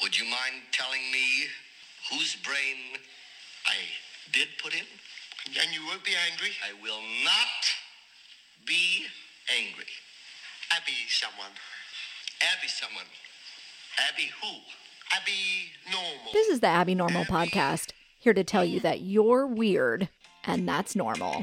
Would you mind telling me whose brain I did put in? And you won't be angry? I will not be angry. Abby someone. Abby someone. Abby who? Abby normal. This is the Abby Normal podcast, here to tell you that you're weird and that's normal.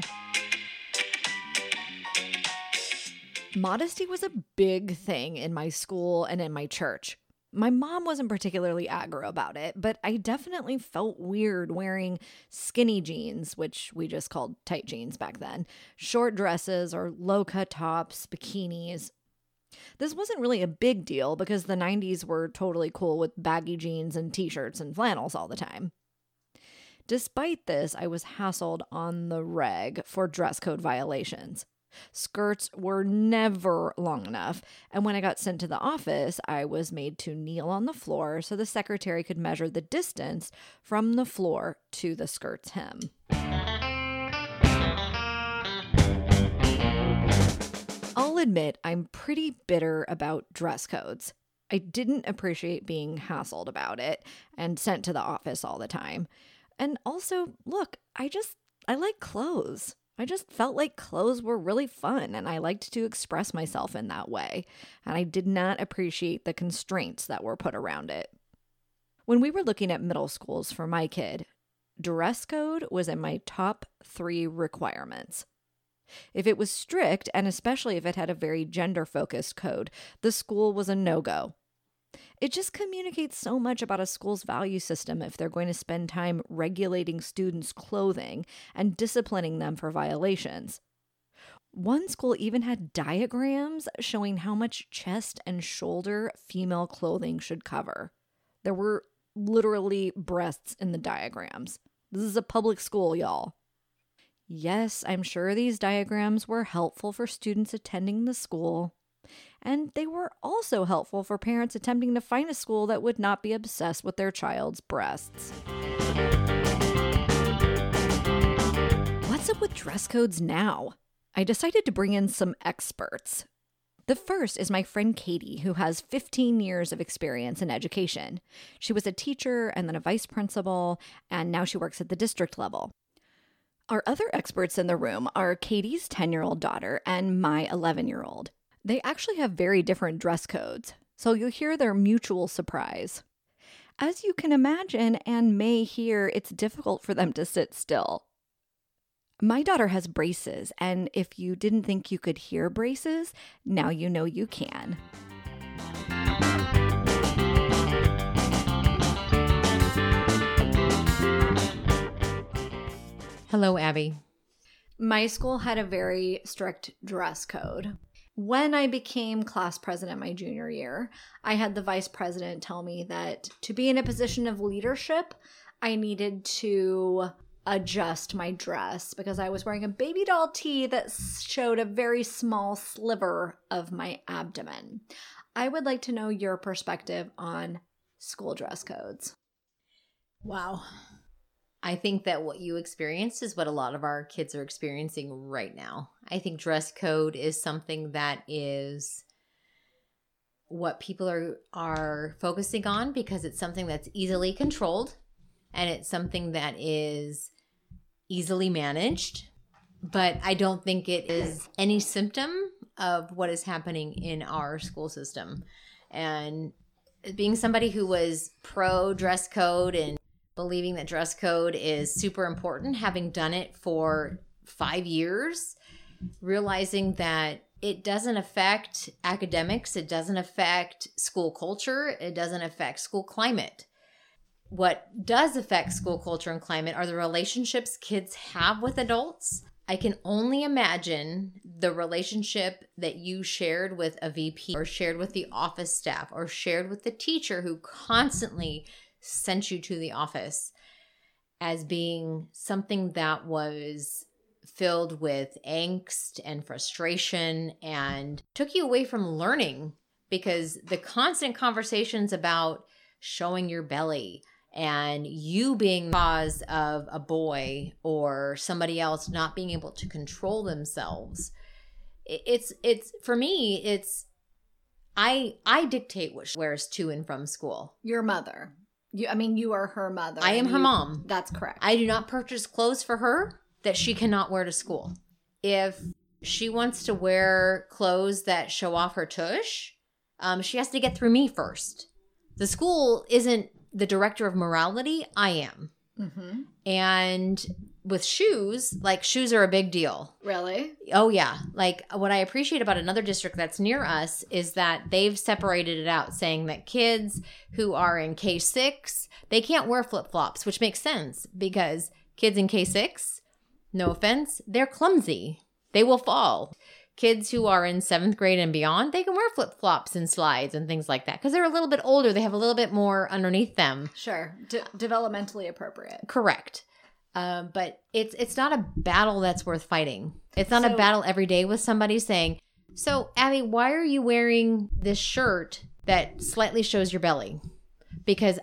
Modesty was a big thing in my school and in my church. My mom wasn't particularly aggro about it, but I definitely felt weird wearing skinny jeans, which we just called tight jeans back then, short dresses or low cut tops, bikinis, this wasn't really a big deal because the 90s were totally cool with baggy jeans and t shirts and flannels all the time. Despite this, I was hassled on the reg for dress code violations. Skirts were never long enough, and when I got sent to the office, I was made to kneel on the floor so the secretary could measure the distance from the floor to the skirt's hem. I'll admit I'm pretty bitter about dress codes. I didn't appreciate being hassled about it and sent to the office all the time. And also, look, I just, I like clothes. I just felt like clothes were really fun and I liked to express myself in that way. And I did not appreciate the constraints that were put around it. When we were looking at middle schools for my kid, dress code was in my top three requirements. If it was strict, and especially if it had a very gender focused code, the school was a no go. It just communicates so much about a school's value system if they're going to spend time regulating students' clothing and disciplining them for violations. One school even had diagrams showing how much chest and shoulder female clothing should cover. There were literally breasts in the diagrams. This is a public school, y'all. Yes, I'm sure these diagrams were helpful for students attending the school, and they were also helpful for parents attempting to find a school that would not be obsessed with their child's breasts. What's up with dress codes now? I decided to bring in some experts. The first is my friend Katie, who has 15 years of experience in education. She was a teacher and then a vice principal, and now she works at the district level. Our other experts in the room are Katie's 10 year old daughter and my 11 year old. They actually have very different dress codes, so you'll hear their mutual surprise. As you can imagine and may hear, it's difficult for them to sit still. My daughter has braces, and if you didn't think you could hear braces, now you know you can. Hello, Abby. My school had a very strict dress code. When I became class president my junior year, I had the vice president tell me that to be in a position of leadership, I needed to adjust my dress because I was wearing a baby doll tee that showed a very small sliver of my abdomen. I would like to know your perspective on school dress codes. Wow. I think that what you experienced is what a lot of our kids are experiencing right now. I think dress code is something that is what people are are focusing on because it's something that's easily controlled and it's something that is easily managed. But I don't think it is any symptom of what is happening in our school system. And being somebody who was pro dress code and believing that dress code is super important, having done it for five years, realizing that it doesn't affect academics, it doesn't affect school culture, it doesn't affect school climate. What does affect school culture and climate are the relationships kids have with adults. I can only imagine the relationship that you shared with a VP or shared with the office staff or shared with the teacher who constantly sent you to the office as being something that was filled with angst and frustration and took you away from learning because the constant conversations about showing your belly and you being the cause of a boy or somebody else not being able to control themselves i- it's it's for me it's I I dictate what she wears to and from school. Your mother. You, I mean, you are her mother. I am and her you- mom. That's correct. I do not purchase clothes for her that she cannot wear to school. If she wants to wear clothes that show off her tush, um, she has to get through me first. The school isn't the director of morality. I am. mm-hmm. And with shoes, like shoes are a big deal. Really? Oh yeah. Like what I appreciate about another district that's near us is that they've separated it out saying that kids who are in K6, they can't wear flip-flops, which makes sense because kids in K6, no offense, they're clumsy. They will fall. Kids who are in 7th grade and beyond, they can wear flip-flops and slides and things like that because they're a little bit older, they have a little bit more underneath them. Sure. De- developmentally appropriate. Correct. Uh, but it's it's not a battle that's worth fighting. It's not So- a battle every day with somebody saying, "So, Abby, why are you wearing this shirt that slightly shows your belly?" Because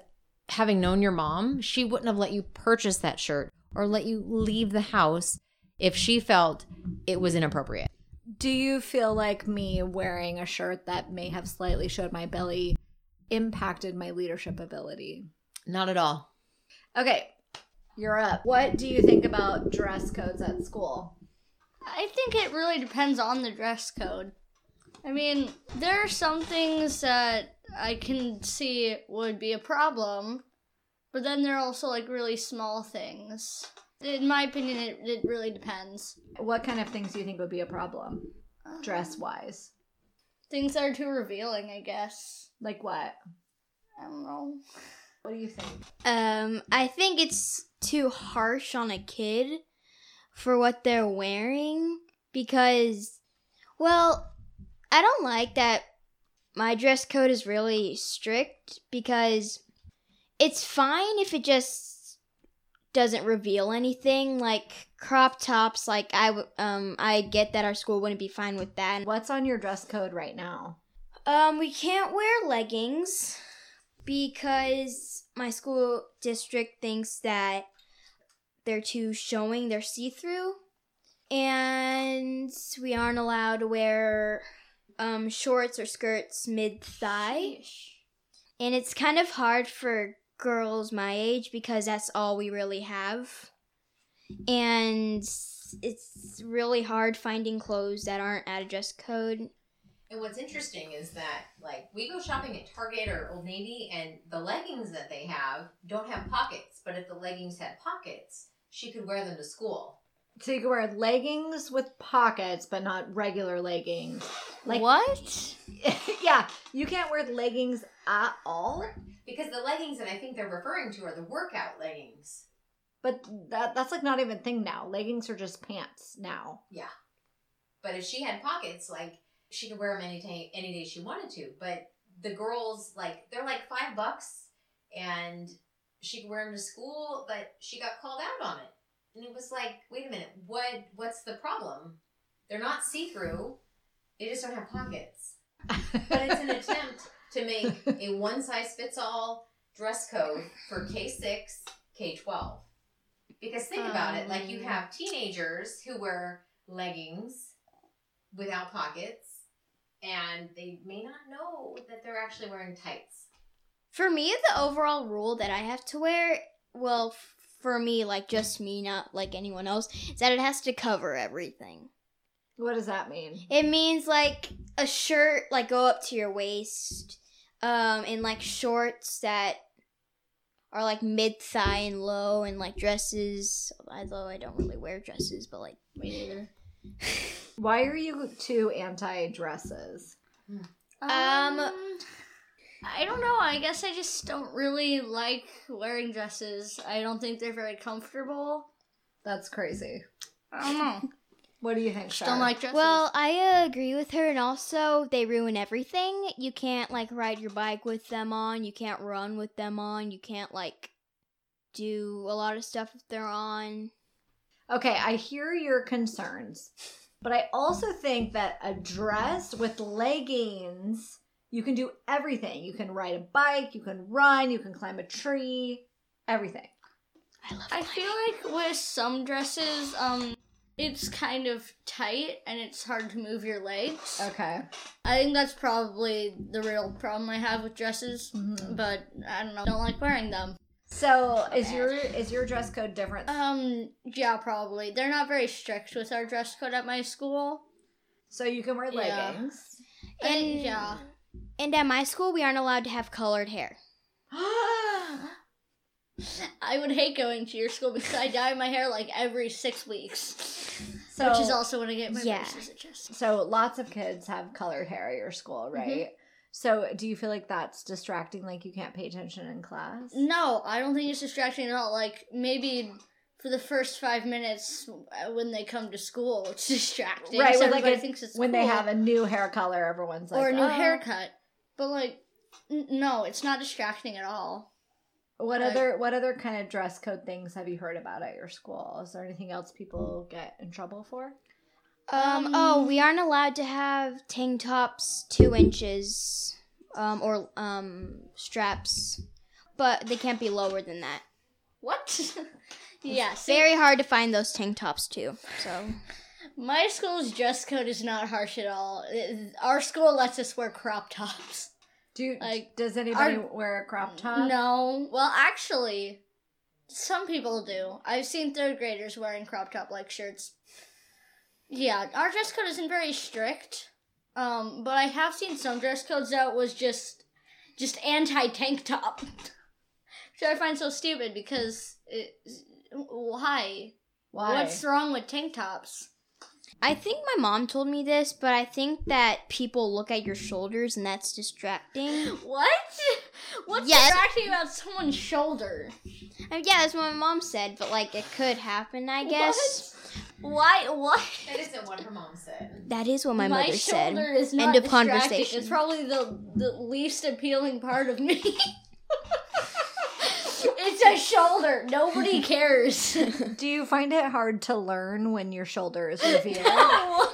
having known your mom, she wouldn't have let you purchase that shirt or let you leave the house if she felt it was inappropriate. Do you feel like me wearing a shirt that may have slightly showed my belly impacted my leadership ability? Not at all. Okay, you're up. What do you think about dress codes at school? I think it really depends on the dress code. I mean, there are some things that I can see would be a problem, but then there are also like really small things. In my opinion, it, it really depends. What kind of things do you think would be a problem dress wise? Things that are too revealing, I guess. Like what? I don't know. What do you think? Um, I think it's too harsh on a kid for what they're wearing because, well, I don't like that my dress code is really strict because it's fine if it just doesn't reveal anything like crop tops like I w- um I get that our school wouldn't be fine with that. What's on your dress code right now? Um, we can't wear leggings because my school district thinks that they're too showing, they're see through. And we aren't allowed to wear um, shorts or skirts mid thigh. And it's kind of hard for girls my age because that's all we really have. And it's really hard finding clothes that aren't at a dress code. And what's interesting is that like we go shopping at Target or Old Navy and the leggings that they have don't have pockets, but if the leggings had pockets, she could wear them to school. So you can wear leggings with pockets, but not regular leggings. Like what? yeah, you can't wear leggings at all. Because the leggings that I think they're referring to are the workout leggings. But that that's like not even a thing now. Leggings are just pants now. But if she had pockets, like she could wear them any day, any day she wanted to. But the girls, like they're like five bucks, and she could wear them to school. But she got called out on it, and it was like, wait a minute, what? What's the problem? They're not see through. They just don't have pockets. But it's an attempt to make a one size fits all dress code for K six, K twelve. Because think about it, like you Um. have teenagers who wear leggings without pockets, and they may not know that they're actually wearing tights. For me, the overall rule that I have to wear, well, f- for me, like just me, not like anyone else, is that it has to cover everything. what does that mean? It means like a shirt, like go up to your waist, um, and like shorts that are like mid thigh and low, and like dresses. Although I don't really wear dresses, but like Why are you two anti dresses? Um, I don't know. I guess I just don't really like wearing dresses. I don't think they're very comfortable. That's crazy. I don't know. What do you think? Just don't Shar? like dresses. Well, I uh, agree with her, and also they ruin everything. You can't like ride your bike with them on. You can't run with them on. You can't like do a lot of stuff if they're on. Okay, I hear your concerns, but I also think that a dress with leggings, you can do everything. You can ride a bike, you can run, you can climb a tree, everything. I love. I feel like with some dresses, um, it's kind of tight and it's hard to move your legs. Okay. I think that's probably the real problem I have with dresses, Mhm. but I don't know. Don't like wearing them. So is your is your dress code different? Um, yeah, probably. They're not very strict with our dress code at my school. so you can wear yeah. leggings. And yeah, And at my school, we aren't allowed to have colored hair. I would hate going to your school because I dye my hair like every six weeks, so which is also when I get my Yeah. braces adjusted. so lots of kids have colored hair at your school, Mm-hmm. right? So do you feel like that's distracting? Like you can't pay attention in class? No, I don't think it's distracting at all. Like maybe for the first five minutes uh, when they come to school, it's distracting. Right, 'cause when, like, everybody it- thinks it's when they cool. have a new hair color, everyone's like, or a new "Oh." haircut. But like, n- no, it's not distracting at all. What Like- other what other kind of dress code things have you heard about at your school? Is there anything else people get in trouble for? Um, oh, we aren't allowed to have tank tops two inches um, or um, straps, but they can't be lower than that. What? yeah, see, Very hard to find those tank tops too. So my school's dress code is not harsh at all. It- our school lets us wear crop tops. Do you, Like, does anybody are- wear a crop top? No, well, actually, some people do. I've seen third graders wearing crop top like shirts. Yeah, our dress code isn't very strict, um, but I have seen some dress codes that was just just anti tank top, which I find so stupid because it, why? Why? What's wrong with tank tops? I think my mom told me this, but I think that people look at your shoulders and that's distracting. What? What's Yes. distracting about someone's shoulder? I mean, yeah, that's what my mom said, but like it could happen, I guess. What? Why? What? That isn't what her mom said. That is what my, mother said. shoulder is End not of distracting. conversation. It's probably the, the least appealing part of me. it's a shoulder. Nobody cares. Do you find it hard to learn when your shoulder is revealed? no.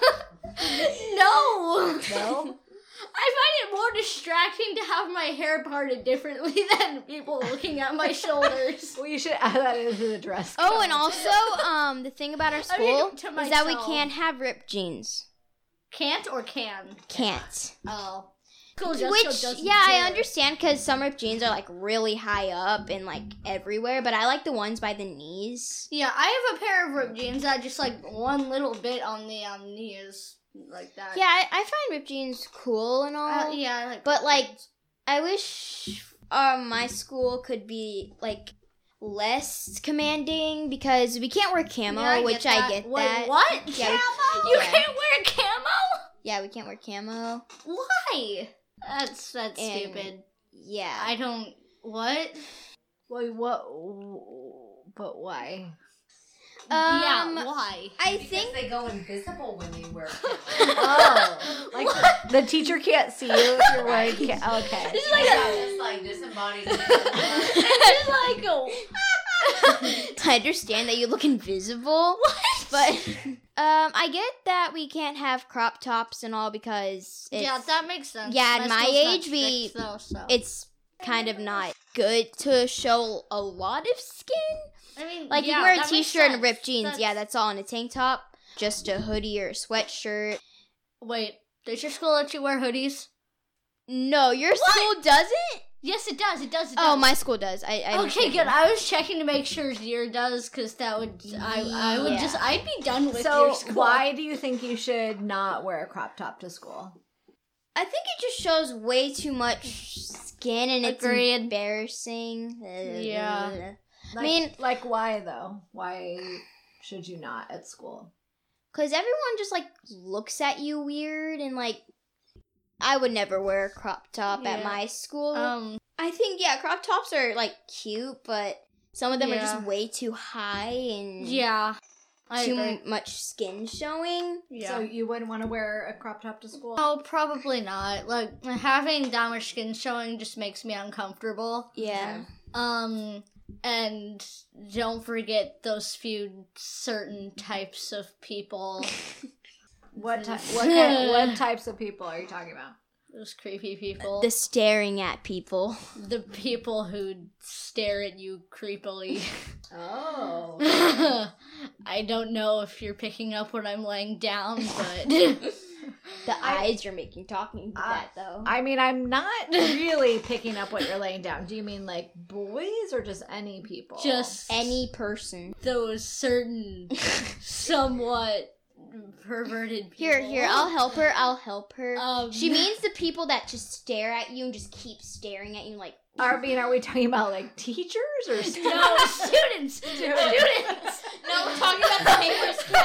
No. no. I find it more distracting to have my hair parted differently than people looking at my shoulders. Well, you should add that into the dress. Code. Oh, and also, um, the thing about our I mean, school to is that we myself. can't have ripped jeans. Can't or can? Can't. Oh. Cool. Jessica Which, doesn't yeah, I care. understand because some ripped jeans are like really high up and like everywhere, but I like the ones by the knees. Yeah, I have a pair of ripped jeans that just like one little bit on the um, knees like that. Yeah, I, I find ripped jeans cool and all. Uh, yeah, I like But, ripped like, jeans. I wish um, my school could be like less commanding because we can't wear camo, Yeah, which that. I get Wait, that. What? Yeah, we- camo? You yeah. can't wear camo? Yeah, we can't wear camo. Why? That's that's And- stupid. Yeah. I don't. What? Well, what? But why? um, yeah. Why? I Because think they go invisible when they wear. Oh, like the teacher can't see you if you're wearing. Ca- okay. It's like a. just like disembodied. it's like a. I understand that you look invisible. But um, I get that we can't have crop tops and all because it's, yeah, that makes sense. Yeah, at my school's not age, we- strict, though, so. it's kind of not good to show a lot of skin. I mean, Like yeah, you wear a that makes t-shirt and sense. ripped jeans. Yeah, That's- that's all in a tank top, just a hoodie or a sweatshirt. Wait, does your school let you wear hoodies? No, your school doesn't. Yes, it does. It does. It Oh, does. my school does. I, I Okay, good. I was checking to make sure your does, because that would I I would Yeah. just I'd be done with your So school. why do you think you should not wear a crop top to school? I think it just shows way too much skin and it's Agreed. embarrassing. Yeah. Like, mean- like why though? Why should you not at school? Cause everyone just like looks at you weird and like I would never wear a crop top at Yeah. my school. Um. I think yeah, crop tops are like cute, but some of them are Yeah. just way too high and Yeah. I too agree. m- much skin showing. Yeah. So you wouldn't want to wear a crop top to school? no, probably not. Like having that much skin showing just makes me uncomfortable. Yeah. Um. And don't forget those few certain types of people. What ty- what kind, what types of people are you talking about? Those creepy people. The staring at people. the people who stare at you creepily. Oh. I don't know if you're picking up when I'm laying down, but The eyes you're making talking to I- that though. I mean, I'm not really picking up what you're laying down. Do you mean like boys or just any people? just Any person. those certain somewhat perverted people. Here, here, I'll help her. I'll help her. Um, she means the people that just stare at you and just keep staring at you like Are, I mean, are we talking about like teachers or students? No, students, students. No, we're talking about the papers cat.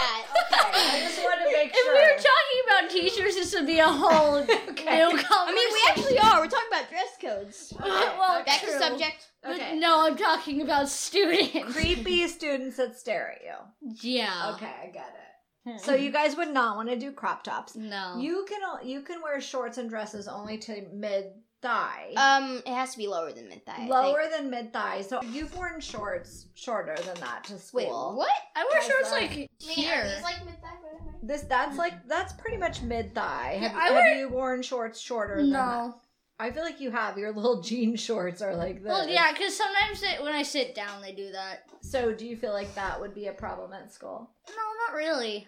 I just want to make If we were talking about teachers, this would be a whole new conversation. I mean, we actually are. We're talking about dress codes. well, Back to true. subject. But Okay. no, I'm talking about students. creepy students that stare at you. Yeah. Okay, I get it. So you guys would not want to do crop tops. No. You can o- you can wear shorts and dresses only to mid thigh. Um, it has to be lower than mid thigh. Lower than mid thigh, so you've worn shorts shorter than that to Wait, school. what? I wear Guys, shorts uh, like here. like mid thigh? This that's like that's pretty much mid thigh. Have, Yeah, I have wear- you worn shorts shorter? Than that? No. I feel like you have. Your little jean shorts are like this. Well, yeah, because sometimes they, when I sit down, they do that. So do you feel like that would be a problem at school? No, not really.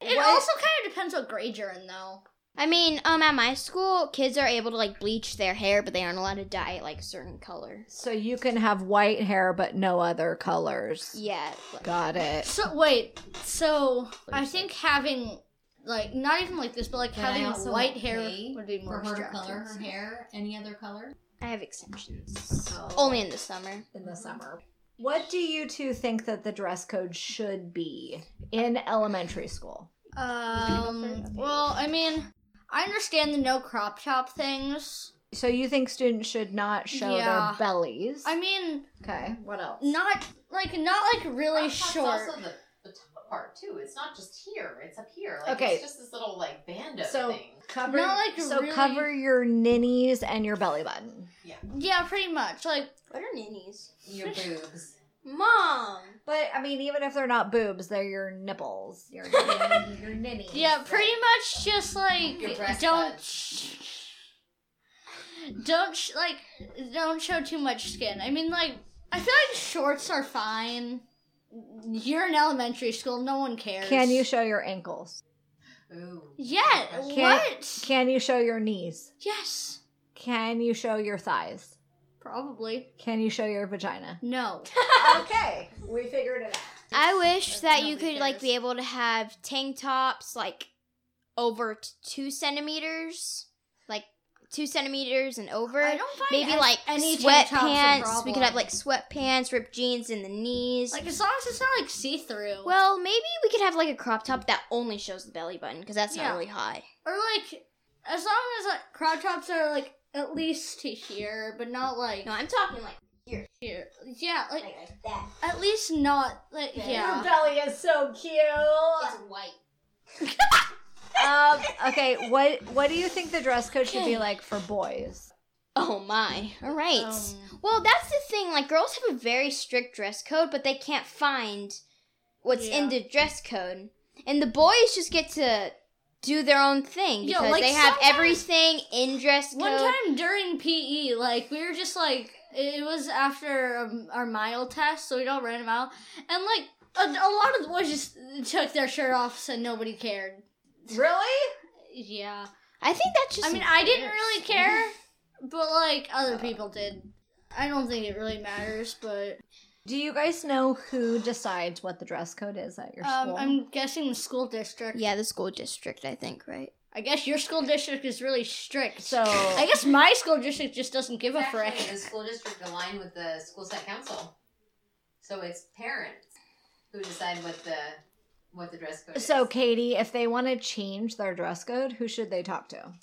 It What- also kind of depends what grade you're in, though. I mean, um, at my school, kids are able to like bleach their hair, but they aren't allowed to dye it like a certain color. So you can have white hair but no other colors. Yeah. like- Got it. So wait, so I think having like not even like this, but like But I having also white won't hair pay would be more For her color, her distracting. hair, any other color? I have exceptions. Only in the summer. in the summer. What do you two think that the dress code should be in elementary school? Um. Well, I mean, I understand the no crop top things. So you think students should not show Yeah. their bellies? I mean, okay. What else? not like not like really short. also the, the top part too. It's not just here; it's up here. Like Okay. it's just this little like bando So thing. cover Not like so really- cover your ninnies and your belly button. Yeah, pretty much. Like What are ninnies? Your boobs. Mom. But I mean, even if they're not boobs, they're your nipples. Your ninnies. your ninnies. yeah, pretty much just like Your breast don't buds. sh- don't sh- like don't show too much skin. I mean, like I feel like shorts are fine. You're in elementary school; no one cares. Can you show your ankles? Ooh. yeah. Can- what? Can you show your knees? yes. Can you show your thighs? Probably Can you show your vagina? no. okay, we figured it out. I That's wish that you nobody could like cares. be able to have tank tops like over t- two centimeters, like two centimeters and over. I don't find Maybe an- like any tank top's a sweatpants. We could have problem. like sweatpants, ripped jeans in the knees. like as long as it's not like see through. well, maybe we could have like a crop top that only shows the belly button because that's Yeah. not really high. or like as long as like crop tops are like at least to here, but not like No, I'm talking like here. Yeah, like like, like that. at least not like yeah. Your belly is so It's cute. white. um, okay, what what do you think the dress code should be like for boys? Oh my. All right. Um, Well, that's the thing. Like, girls have a very strict dress code, but they can't find what's in Yeah. the dress code. And the boys just get to do their own thing Yeah, because like, they have sometimes- everything in dress code. One time during PE, like we were just like it was after um, our mile test, so we'd all ran a mile, and like a, a lot of the boys just took their shirt off, so nobody cared. Really? Yeah, I think that's just. I mean I didn't really care, but like other people did. I don't think it really matters, but Do you guys know who decides what the dress code is at your um, school? I'm guessing the school district. Yeah, the school district, I think, right? I guess your school district is really strict. so I guess my school district just doesn't give a It's frick. actually the school district aligned with the school site council, so it's parents who decide what the what the dress code so is. Katie, if they want to change their dress code, who should they talk to?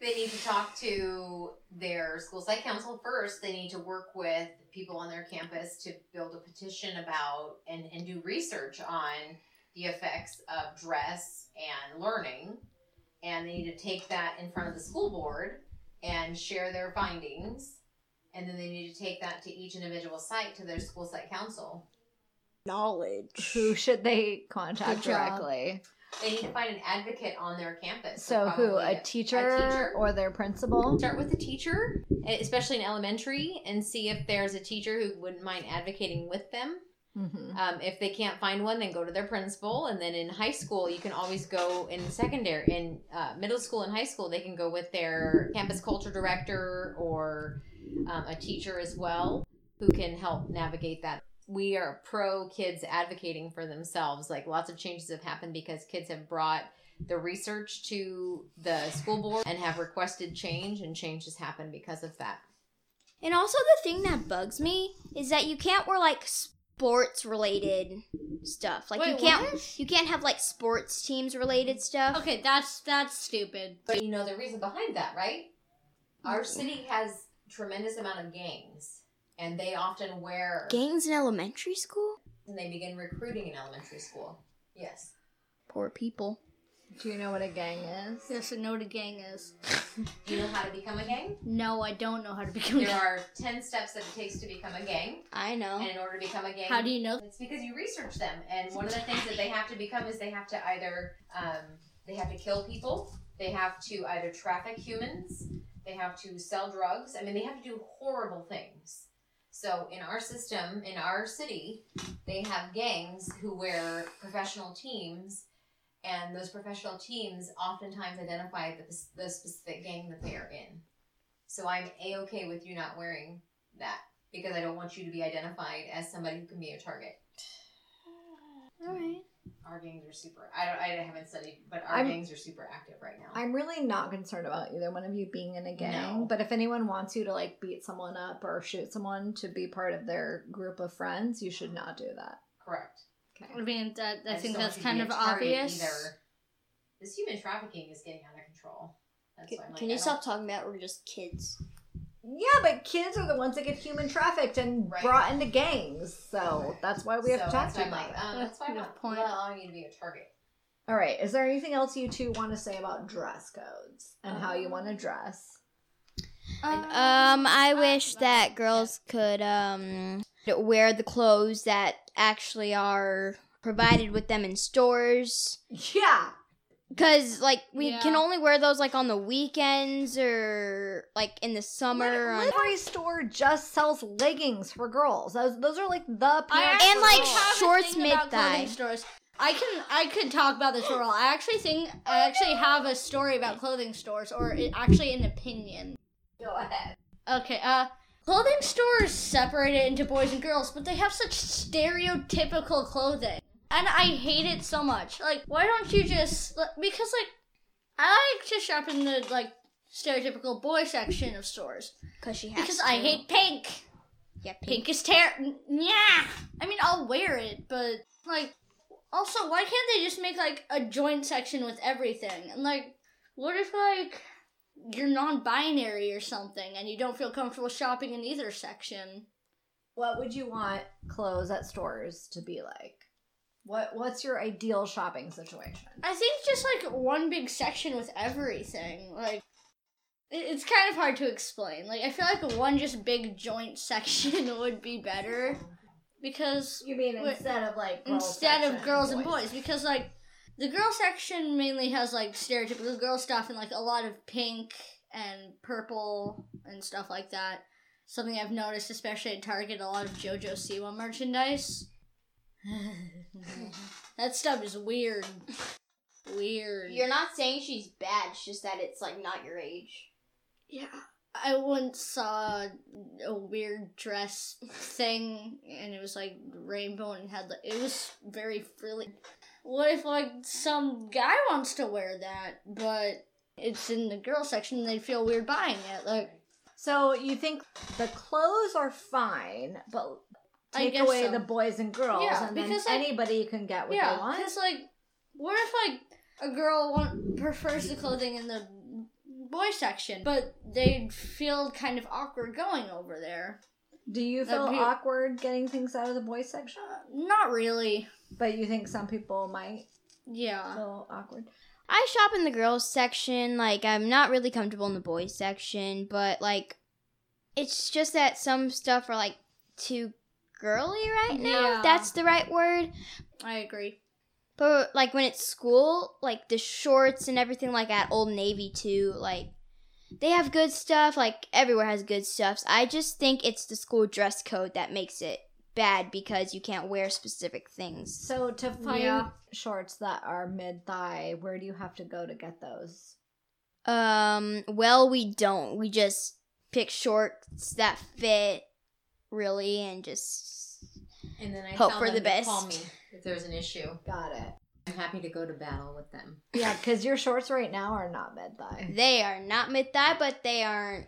they need to talk to their school site council first. They need to work with people on their campus to build a petition about and, and do research on the effects of dress and learning. And they need to take that in front of the school board and share their findings. And then they need to take that to each individual site to their school site council. Knowledge. Who should they contact Good job. directly? They need to find an advocate on their campus. So That's who? probably A it. teacher, teacher? or their principal? Start with a teacher, eh, especially in elementary, and see if there's a teacher who wouldn't mind advocating with them. Mm-hmm. Um, if they can't find one, then go to their principal. And then in high school, you can always go in secondary, in uh, middle school and high school, they can go with their campus culture director or um, a teacher as well who can help navigate that. We are pro kids advocating for themselves. Like lots of changes have happened because kids have brought the research to the school board and have requested change, and change has happened because of that. And also, the thing that bugs me is that you can't wear like sports related stuff. Like you Wait, can't what? you can't have like sports teams related stuff. Okay, that's that's stupid. But you know the reason behind that, right? Mm-hmm. Our city has tremendous amount of gangs, and they often wear Gangs in elementary school. and they begin recruiting in elementary school. Yes. Poor people. Do you know what a gang is? Yes, I know what a gang is. Do you know how to become a gang? No, I don't know how to become. a There are ten steps that it takes to become a gang, I and know. in order to become a gang, Oh. How do you know? It's because you research them, and one of the things that they have to become is they have to either um, they have to kill people, they have to either traffic humans, they have to sell drugs. I mean, they have to do horrible things. So in our system, in our city, they have gangs who wear professional teams, and those professional teams oftentimes identify the, the specific gang that they are in. So I'm a okay with you not wearing that because I don't want you to be identified as somebody who can be a target. All right. Our gangs are super. I don't. I haven't studied, but our I'm- gangs are super active right now. I'm really not concerned about either one of you being in a gang, No. but if anyone wants you to like beat someone up or shoot someone to be part of their group of friends, you should not do that. Correct. I Okay. mean, that I, just think don't that's want kind you to of be a target obvious. Either. This human trafficking is getting out of control. That's Can, why I'm like, can I you don't- stop talking about we're just kids? Yeah, but kids are the ones that get human trafficked and Right. brought into gangs, so Right. that's why we have so to talk that's to you why I'm about it. like, um, that's why I'm Good not point. allowing you to be a target. All right. Is there anything else you two want to say about dress codes and how you want to dress? Um, I wish that girls could um wear the clothes that actually are provided with them in stores. Yeah. Cause like we Yeah. can only wear those like on the weekends or like in the summer. on- Every store just sells leggings for girls. Those those are like the I pants. actually And, like, have a shorts thing about mid-thigh. clothing stores. I can I could talk about this for a while. I actually think I actually have a story about clothing stores, or it, actually an opinion. Go ahead. Okay, uh, clothing stores separate it into boys and girls, but they have such stereotypical clothing, and I hate it so much. Like, why don't you just like, because like I like to shop in the like stereotypical boy section of stores Cause she has. because I to. hate pink. Yeah, Pink is terrible. Yeah. I mean, I'll wear it, but like, also, why can't they just make like a joint section with everything? And like, what if like you're non-binary or something and you don't feel comfortable shopping in either section? What would you want clothes at stores to be like? What what's your ideal shopping situation? I think just like one big section with everything, like. it- It's kind of hard to explain. Like, I feel like one just big joint section would be better. Because You mean Wait. instead of like girls instead of section, girls and boys because like the girl section mainly has like stereotypical girl stuff and like a lot of pink and purple and stuff like that. Something I've noticed, especially at Target, a lot of JoJo Siwa merchandise. that stuff is weird. Weird. You're not saying she's bad. It's just that it's like not your age. Yeah. I once saw a weird dress thing and it was like rainbow and had like it was very frilly. What if like some guy wants to wear that but it's in the girl section and they feel weird buying it? Like So you think the clothes are fine, but I take guess away so. the boys and girls Yeah, and then because, like- anybody can get what yeah, they want. because like what if like a girl want, prefers the clothing in the boy section but they feel kind of awkward going over there? Do you That'd feel be- awkward getting things out of the boys section? Uh, not really. But you think some people might Yeah. feel awkward? I shop in the girls section. Like I'm not really comfortable in the boys section, but like it's just that some stuff are like too girly right now. Yeah. If that's the right word. I agree. But like when it's school, like the shorts and everything like at Old Navy too, like they have good stuff, like everywhere has good stuffs. I just think it's the school dress code that makes it bad because you can't wear specific things. So to find Yeah. shorts that are mid thigh, where do you have to go to get those? Um well we don't. We just pick shorts that fit really and just And then I Hope tell for them the to Call me best. if there's an issue. Got it. I'm happy to go to battle with them. Yeah, because your shorts right now are not mid thigh. they are not mid thigh but they aren't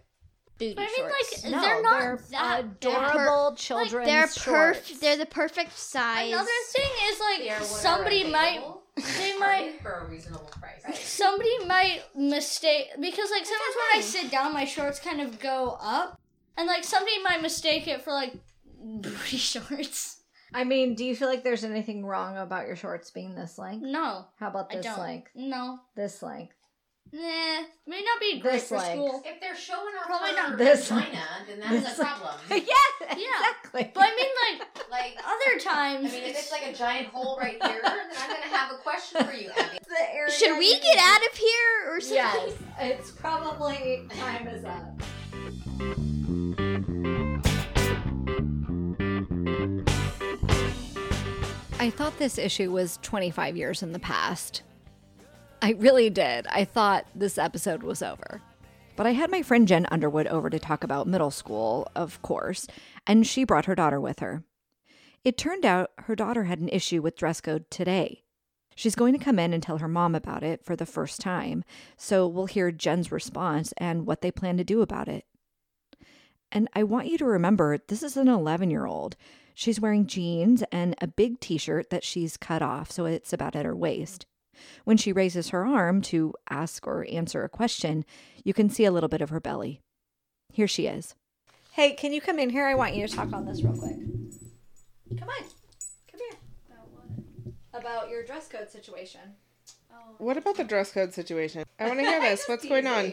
booty But I mean, shorts. like, they're not that adorable children. they're shorts. perf they're the perfect size. Another thing is They are like what are somebody might available they at might Target for a reasonable price. somebody might mistake because like sometimes when I sit down, my shorts kind of go up, and like somebody might mistake it for like booty shorts. I mean, do you feel like there's anything wrong about your shorts being this length? No, How about I this don't. length? No, This length. nah, may not be great This for length. school. If they're showing off Probably her not this vagina, then that's This- a problem. yeah, exactly. But I mean, like Like, other I times, mean, if it's like a giant hole right here, then I'm gonna have a question for you, Abby. the area Should we you- get out of here or something? Yes, it's probably time is up. I thought this issue was 25 years in the past. I really did. I thought this episode was over. But I had my friend Jen Underwood over to talk about middle school, of course, and she brought her daughter with her. It turned out her daughter had an issue with dress code today. She's going to come in and tell her mom about it for the first time, so we'll hear Jen's response and what they plan to do about it. And I want you to remember this is an 11 year old. She's wearing jeans and a big t shirt that she's cut off, so it's about at her waist. When she raises her arm to ask or answer a question, you can see a little bit of her belly. Here she is. Hey, can you come in here? I want you to talk on this real quick. Come on. Come here. About your dress code situation. What about the dress code situation? I want to hear this. What's going on?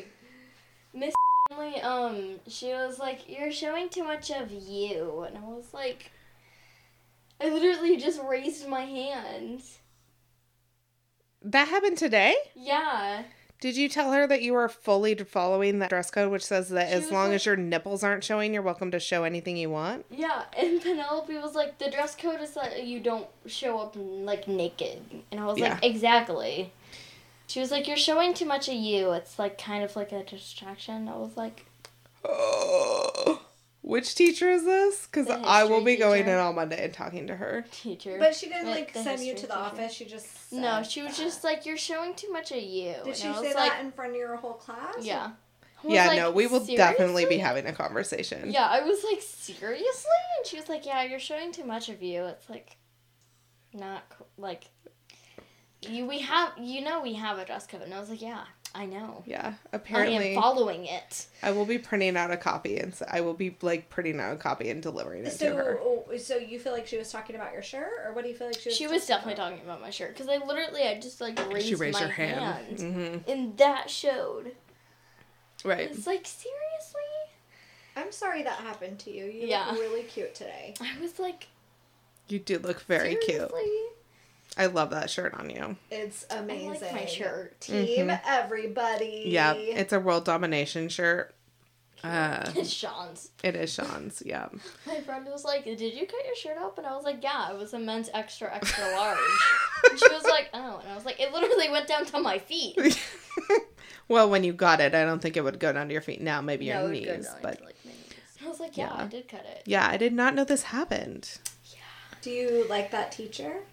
Miss Stanley, um, she was like, "You're showing too much of you," and I was like, I literally just raised my hand. That happened today? Yeah, Did you tell her that you were fully following that dress code, which says that She as was long like- as your nipples aren't showing, you're welcome to show anything you want? yeah. And Penelope was like, "The dress code is that you don't show up like naked," and I was Yeah. like, "Exactly." She was like, "You're showing too much of you. It's like kind of like a distraction." I was like, Which teacher is this? Because The I will be history going teacher. in on Monday and talking to her. "Teacher." But she didn't Like like the send you history to the teacher. office. She just said no, she was that. just like, "You're showing too much of you." Did and she I was say like, that in front of your whole class? Yeah. I was Yeah, like, no, we will "Seriously?" definitely be having a conversation. Yeah, I was like, seriously? And she was like, yeah, you're showing too much of you. It's like, not co- like, you we have you know we have a dress code, and I was like, yeah, I know. Yeah, I am apparently following it. I will be printing out a copy and so I will be like printing out a copy and delivering it to her. So, oh, so you feel like she was talking about your shirt, or what do you feel like she was? She was talking definitely talking about my shirt because I literally I just like raised, She raised my her hand. hand, hmm and that showed. Right. It's like seriously, about? I'm sorry that happened to you. You Yeah. look really cute today. I was like You do look very cute. seriously? I love that shirt on you. It's I amazing. like my shirt. Team everybody. Mm-hmm. Yeah, it's a world domination shirt. Uh, It's Sean's. it is Sean's. Yeah. My friend was like, "Did you cut your shirt up?" And I was like, "Yeah, it was a men's extra extra large." and she was like, "Oh," and I was like, "It literally went down to my feet." well, when you got it, I don't think it would go down to your feet. Now maybe your No, it would go knees, down but to, like, my knees. I was like, "Yeah, I Yeah. did cut it." yeah, I did not know this happened. Do you like that teacher?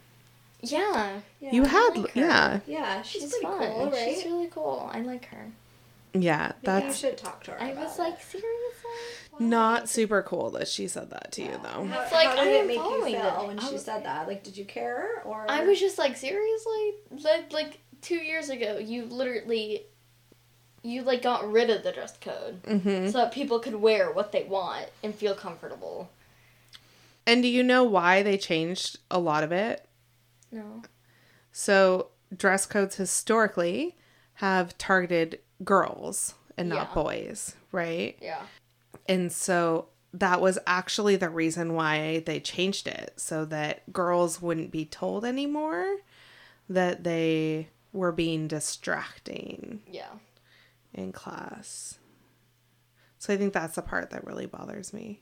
Yeah, Yeah. you had, like her. yeah, Yeah, she's, she's pretty fun. cool, right? She's really cool. I like her. yeah. Maybe you That's should talk to her. I about was it. like, seriously? not super cool that she said that to you, though. how, It's like, how I did it am make you following feel that. when I she was- said that? Like, did you care or? I was just like, seriously? Like, like two years ago, you literally, you like got rid of the dress code hmm so that people could wear what they want and feel comfortable. And do you know why they changed a lot of it? No. So dress codes historically have targeted girls and not Yeah. boys, right? Yeah. And so that was actually the reason why they changed it so that girls wouldn't be told anymore that they were being distracting Yeah. in class. So I think that's the part that really bothers me.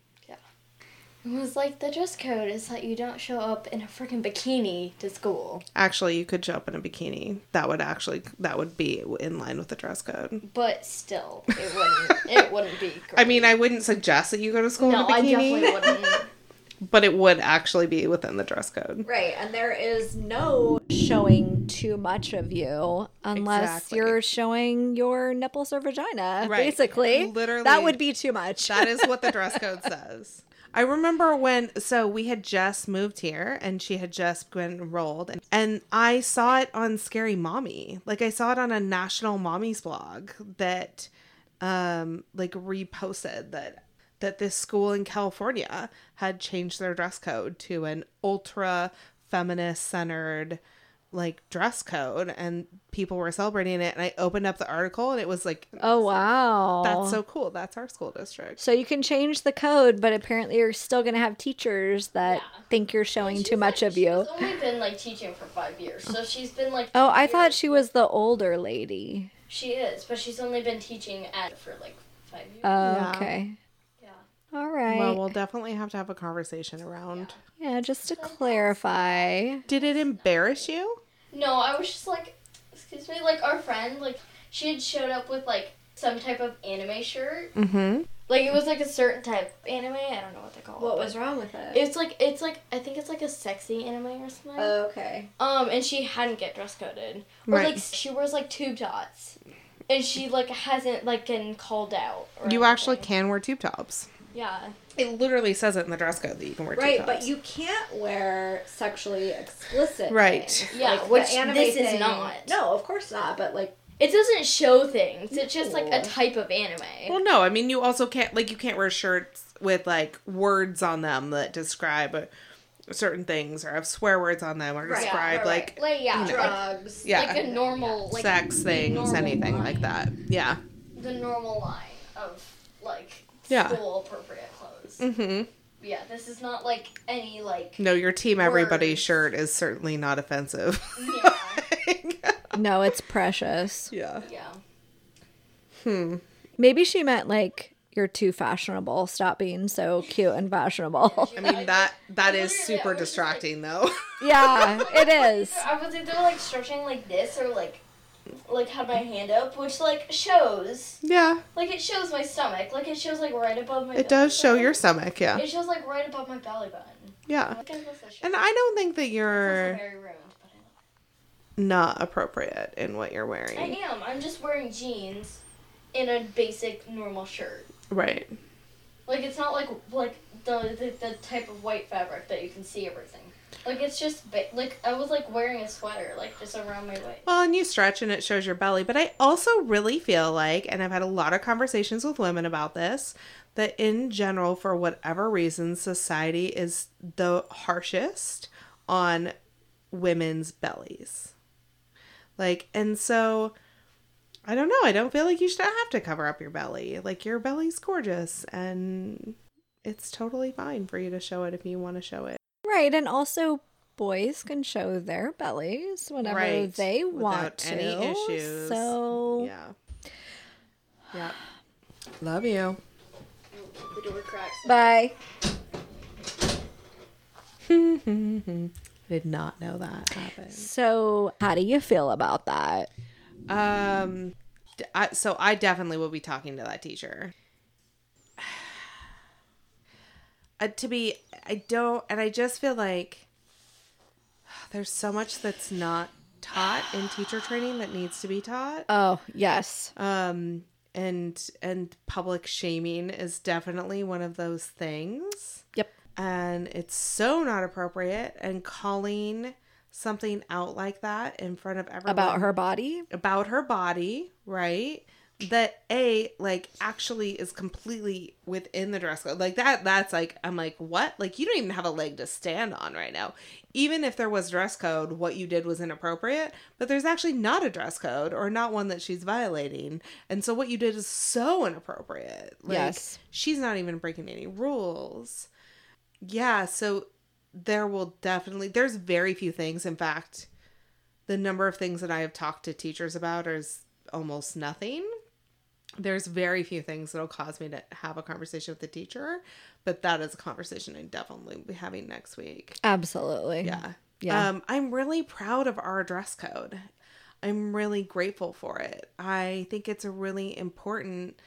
It was like the dress code is that you don't show up in a freaking bikini to school. Actually, you could show up in a bikini. That would actually that would be in line with the dress code. But still, it wouldn't. it wouldn't be. Great. I mean, I wouldn't suggest that you go to school no, in a I bikini, definitely wouldn't. but it would actually be within the dress code. Right, and there is no. showing too much of you unless Exactly. you're showing your nipples or vagina. Right. Basically, Literally. that would be too much. That is what the dress code says. I remember when, so we had just moved here and she had just been enrolled, and, and I saw it on Scary Mommy. Like, I saw it on a national mommy's blog that, um, like reposted that that this school in California had changed their dress code to an ultra feminist centered like dress code and people were celebrating it and I opened up the article and it was like oh wow. that's so cool that's our school district So you can change the code, but apparently you're still going to have teachers that think you're showing too much of you. She's only been like teaching for five years, so she's been like. Oh, I years. thought she was the older lady. she is, but she's only been teaching at for like five years. Oh, Yeah. okay. Yeah. All right. Well, we'll definitely have to have a conversation around. yeah, just to clarify. Did it embarrass you? No, I was just like, excuse me, like our friend, like she had showed up with like some type of anime shirt. Mm-hmm. Like it was like a certain type of anime. I don't know what they call it. but wrong with it? It's like it's like I think it's like a sexy anime or something. Okay. um, and she hadn't get dress coded. Or Uh. Right. like she wears like tube tots, and she like hasn't like been called out. Or You actually anything. can wear tube tops. Yeah. It literally says it in the dress code that you can wear Right, tube but tops. you can't wear sexually explicit. Right. things. Yeah, the which this is not. No, of course not. But like, It doesn't show things. It's just like a No. type of anime. Well, no, I mean you also can't like you can't wear shirts with like words on them that describe uh, certain things or have swear words on them or Right. describe Yeah, right, like Like yeah, like, drugs. yeah like a normal like sex things, normal anything line. like that. Yeah. the normal line of like Yeah. school appropriate clothes. Mm-hmm. Yeah, this is not like any like No, your team everybody Words. shirt is certainly not offensive. yeah, No, it's precious. yeah. yeah. Hmm. Maybe she meant like you're too fashionable. Stop being so cute and fashionable. I mean that that is literally- super I was just like- distracting though. yeah, it is. I was either like stretching like this or like like had my hand up, which like shows Yeah, like it shows my stomach, like it shows like right above my. it belly does show button. your stomach. Yeah, It shows like right above my belly button. yeah. Like, I love that shit. And I don't think that It's also you're very ruined, but I not appropriate in what you're love wearing. it. I am. I'm just wearing jeans in a basic normal shirt. Right. Like it's not like like the, the the type of white fabric that you can see everything. Like it's just ba- like I was like wearing a sweater like just around my waist. Well, and you stretch and it shows your belly. But I also really feel like, and I've had a lot of conversations with women about this, that in general, for whatever reason, society is the harshest on women's bellies. Like, and so I don't know. I don't feel like you should have to cover up your belly. Like, your belly's gorgeous and it's totally fine for you to show it if you want to show it. Right, and also boys can show their bellies whenever Right, they without want to. any issues. So Yeah. Yep. Love you. bye. I did not know that happened. So how do you feel about that? Um, d- I, so I definitely will be talking to that teacher. Uh, to be, I don't, and I just feel like there's so much that's not taught in teacher training that needs to be taught. Oh yes, um and and public shaming is definitely one of those things Yep. and it's so not appropriate and calling something out like that in front of everyone about her body. about her body right that a like actually is completely within the dress code like that that's like i'm like what like you don't even have a leg to stand on right now even if there was dress code what you did was inappropriate but there's actually not a dress code or not one that she's violating and so what you did is so inappropriate like Yes. she's not even breaking any rules yeah so there will definitely there's very few things in fact the number of things that I have talked to teachers about is almost nothing. There's very few things that'll cause me to have a conversation with the teacher, but that is a conversation I definitely will be having next week. Absolutely. Yeah. Yeah. Um, I'm really proud of our dress code. I'm really grateful for it. I think it's really important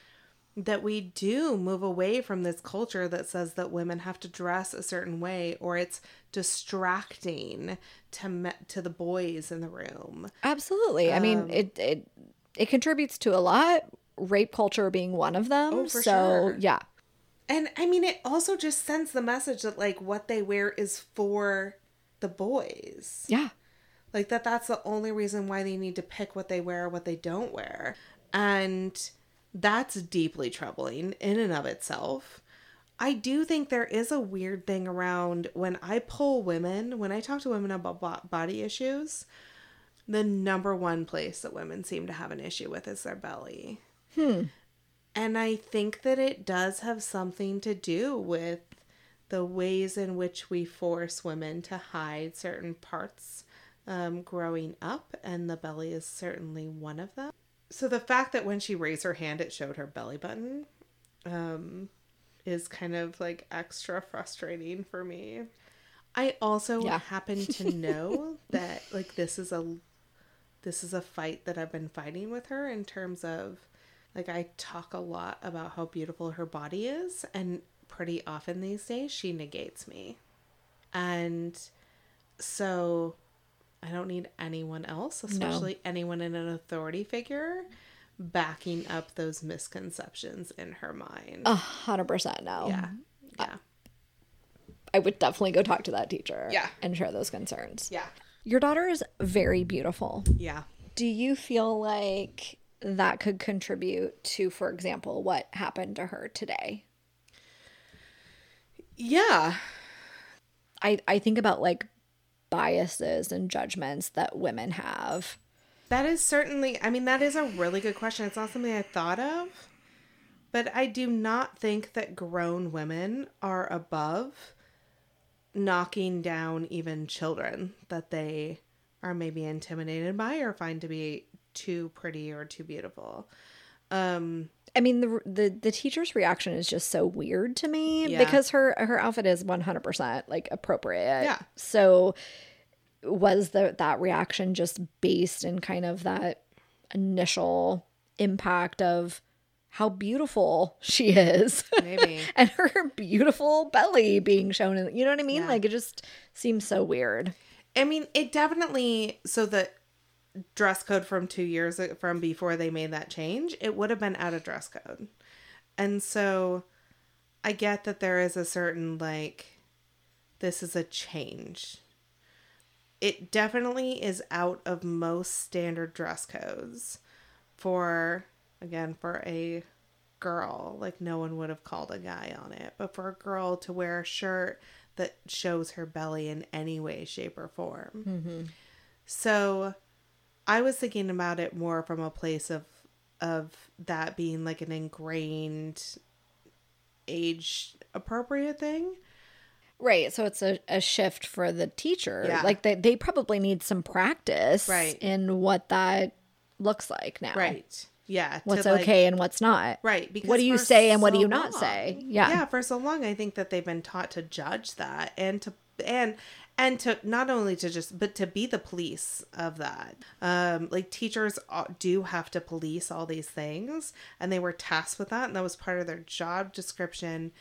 that we do move away from this culture that says that women have to dress a certain way or it's distracting to me- to the boys in the room. Absolutely. I Um, mean, it it it contributes to a lot. Rape culture being one of them. Oh, for so sure. yeah, And I mean it also just sends the message that like what they wear is for the boys. yeah, like that that's the only reason why they need to pick what they wear or what they don't wear and that's deeply troubling in and of itself i do think there is a weird thing around when i pull women when i talk to women about bo- body issues the number one place that women seem to have an issue with is their belly and i think that it does have something to do with the ways in which we force women to hide certain parts um, growing up, and the belly is certainly one of them. So the fact that when she raised her hand, it showed her belly button, um, is kind of like extra frustrating for me. I also Yeah. happen to know that like this is a this is a fight that I've been fighting with her in terms of like I talk a lot about how beautiful her body is and pretty often these days she negates me. And so I don't need anyone else, especially anyone in an authority figure, backing up those misconceptions in her mind. a hundred percent. No, yeah. Yeah. I would definitely go talk to that teacher. Yeah. and share those concerns. Yeah. Your daughter is very beautiful. Yeah. Do you feel like that could contribute to, for example, what happened to her today? Yeah. I, I think about like biases and judgments that women have. That is certainly, I mean, that is a really good question. It's not something I thought of, but I do not think that grown women are above knocking down even children that they are maybe intimidated by or find to be too pretty or too beautiful. Um, I mean the the, the teacher's reaction is just so weird to me Yeah. because her her outfit is 100% like appropriate. Yeah. So was the that reaction just based in kind of that initial impact of how beautiful she is? maybe. and her beautiful belly being shown in you know what i mean Yeah. like it just seems so weird I mean, it definitely. So the dress code from two years uh, from before they made that change, it would have been out of dress code, and so I get that there is a certain like, this is a change. It definitely is out of most standard dress codes for again for a girl like no one would have called a guy on it but for a girl to wear a shirt that shows her belly in any way shape or form Mm-hmm. so i was thinking about it more from a place of of that being like an ingrained age appropriate thing right so it's a, a shift for the teacher Yeah. like they, they probably need some practice Right. in what that looks like now right yeah to, what's like- okay and what's not Right. Because what do you for say and what do so you not long- say yeah Yeah. For so long, I think that they've been taught to judge that and to and and to not only to just but to be the police of that. Um, like teachers a- do have to police all these things, and they were tasked with that, and that was part of their job description.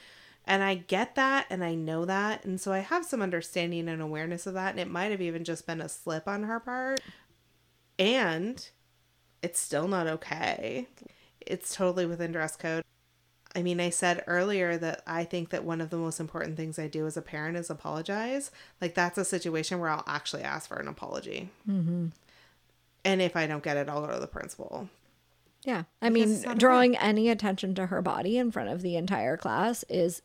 And I get that, and I know that, and so I have some understanding and awareness of that. And it might have even just been a slip on her part, and it's still not okay. It's totally within dress code. I mean, I said earlier that I think that one of the most important things I do as a parent is apologize. Like, that's a situation where I'll actually ask for an apology. Mm-hmm. And if I don't get it, I'll go to the principal. Yeah. I it's not mean, okay. drawing any attention to her body in front of the entire class is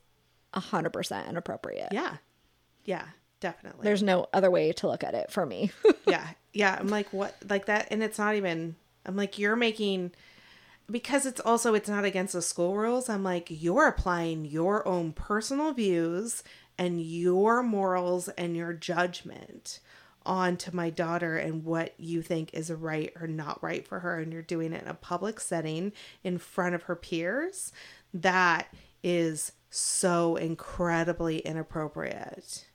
100% inappropriate. Yeah. Yeah, definitely. There's no other way to look at it for me. yeah yeah i'm like what like that and it's not even i'm like you're making because it's also it's not against the school rules i'm like you're applying your own personal views and your morals and your judgment on to my daughter and what you think is right or not right for her and you're doing it in a public setting in front of her peers that is so incredibly inappropriate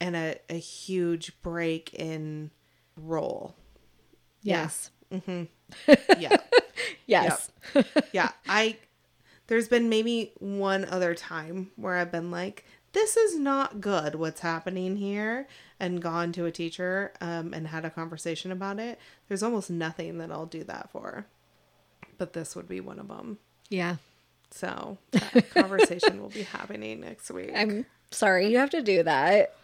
and a, a huge break in role Mm-hmm. Yes. yeah Yes. yeah i there's been maybe one other time where i've been like this is not good what's happening here and gone to a teacher um, and had a conversation about it there's almost nothing that i'll do that for but this would be one of them Yeah. so that conversation will be happening next week I'm sorry you have to do that.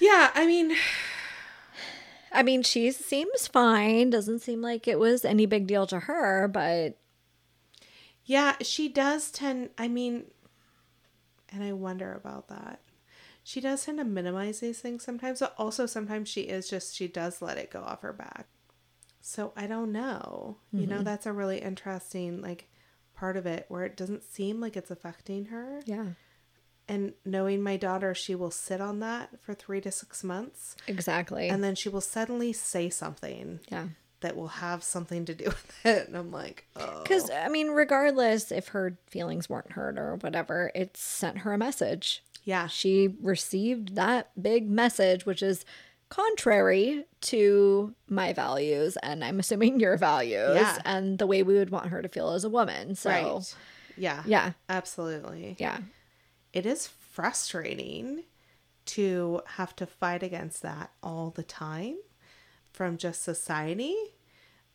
yeah i mean I mean, she seems fine. Doesn't seem like it was any big deal to her, but Yeah, she does tend, I mean, and I wonder about that. She does tend to minimize these things sometimes, but also sometimes she is just, she does let it go off her back. So I don't know. You know, that's a really interesting, like, part of it where it doesn't seem like it's affecting her. yeah, And knowing my daughter, she will sit on that for three to six months, exactly. and then she will suddenly say something yeah. that will have something to do with it. And I'm like, oh. Because, I mean, regardless if her feelings weren't hurt or whatever, it sent her a message. Yeah. She received that big message, which is contrary to my values and I'm assuming your values Yeah. and the way we would want her to feel as a woman. So, Right. Yeah. yeah, Absolutely. yeah, it is frustrating to have to fight against that all the time from just society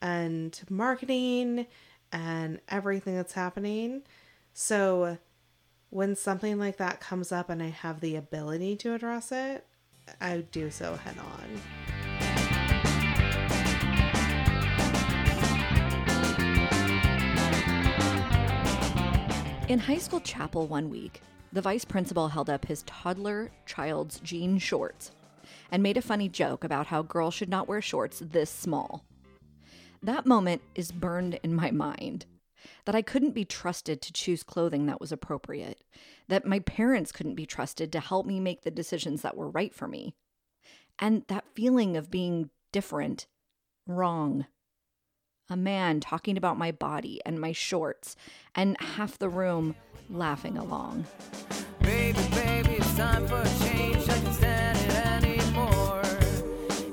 and marketing and everything that's happening. So when something like that comes up and I have the ability to address it, I do so head on. In high school chapel one week, the vice principal held up his toddler child's jean shorts and made a funny joke about how girls should not wear shorts this small. That moment is burned in my mind that I couldn't be trusted to choose clothing that was appropriate, that my parents couldn't be trusted to help me make the decisions that were right for me, and that feeling of being different, wrong a man talking about my body and my shorts, and half the room laughing along. Baby, baby, it's time for a change. I can't stand it anymore.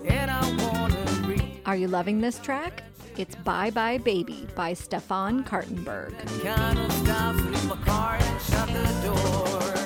And I wanna read Are you loving this track? It's Bye Bye Baby by Stefan Kartenberg. kind of stops, leave my car and shut the door.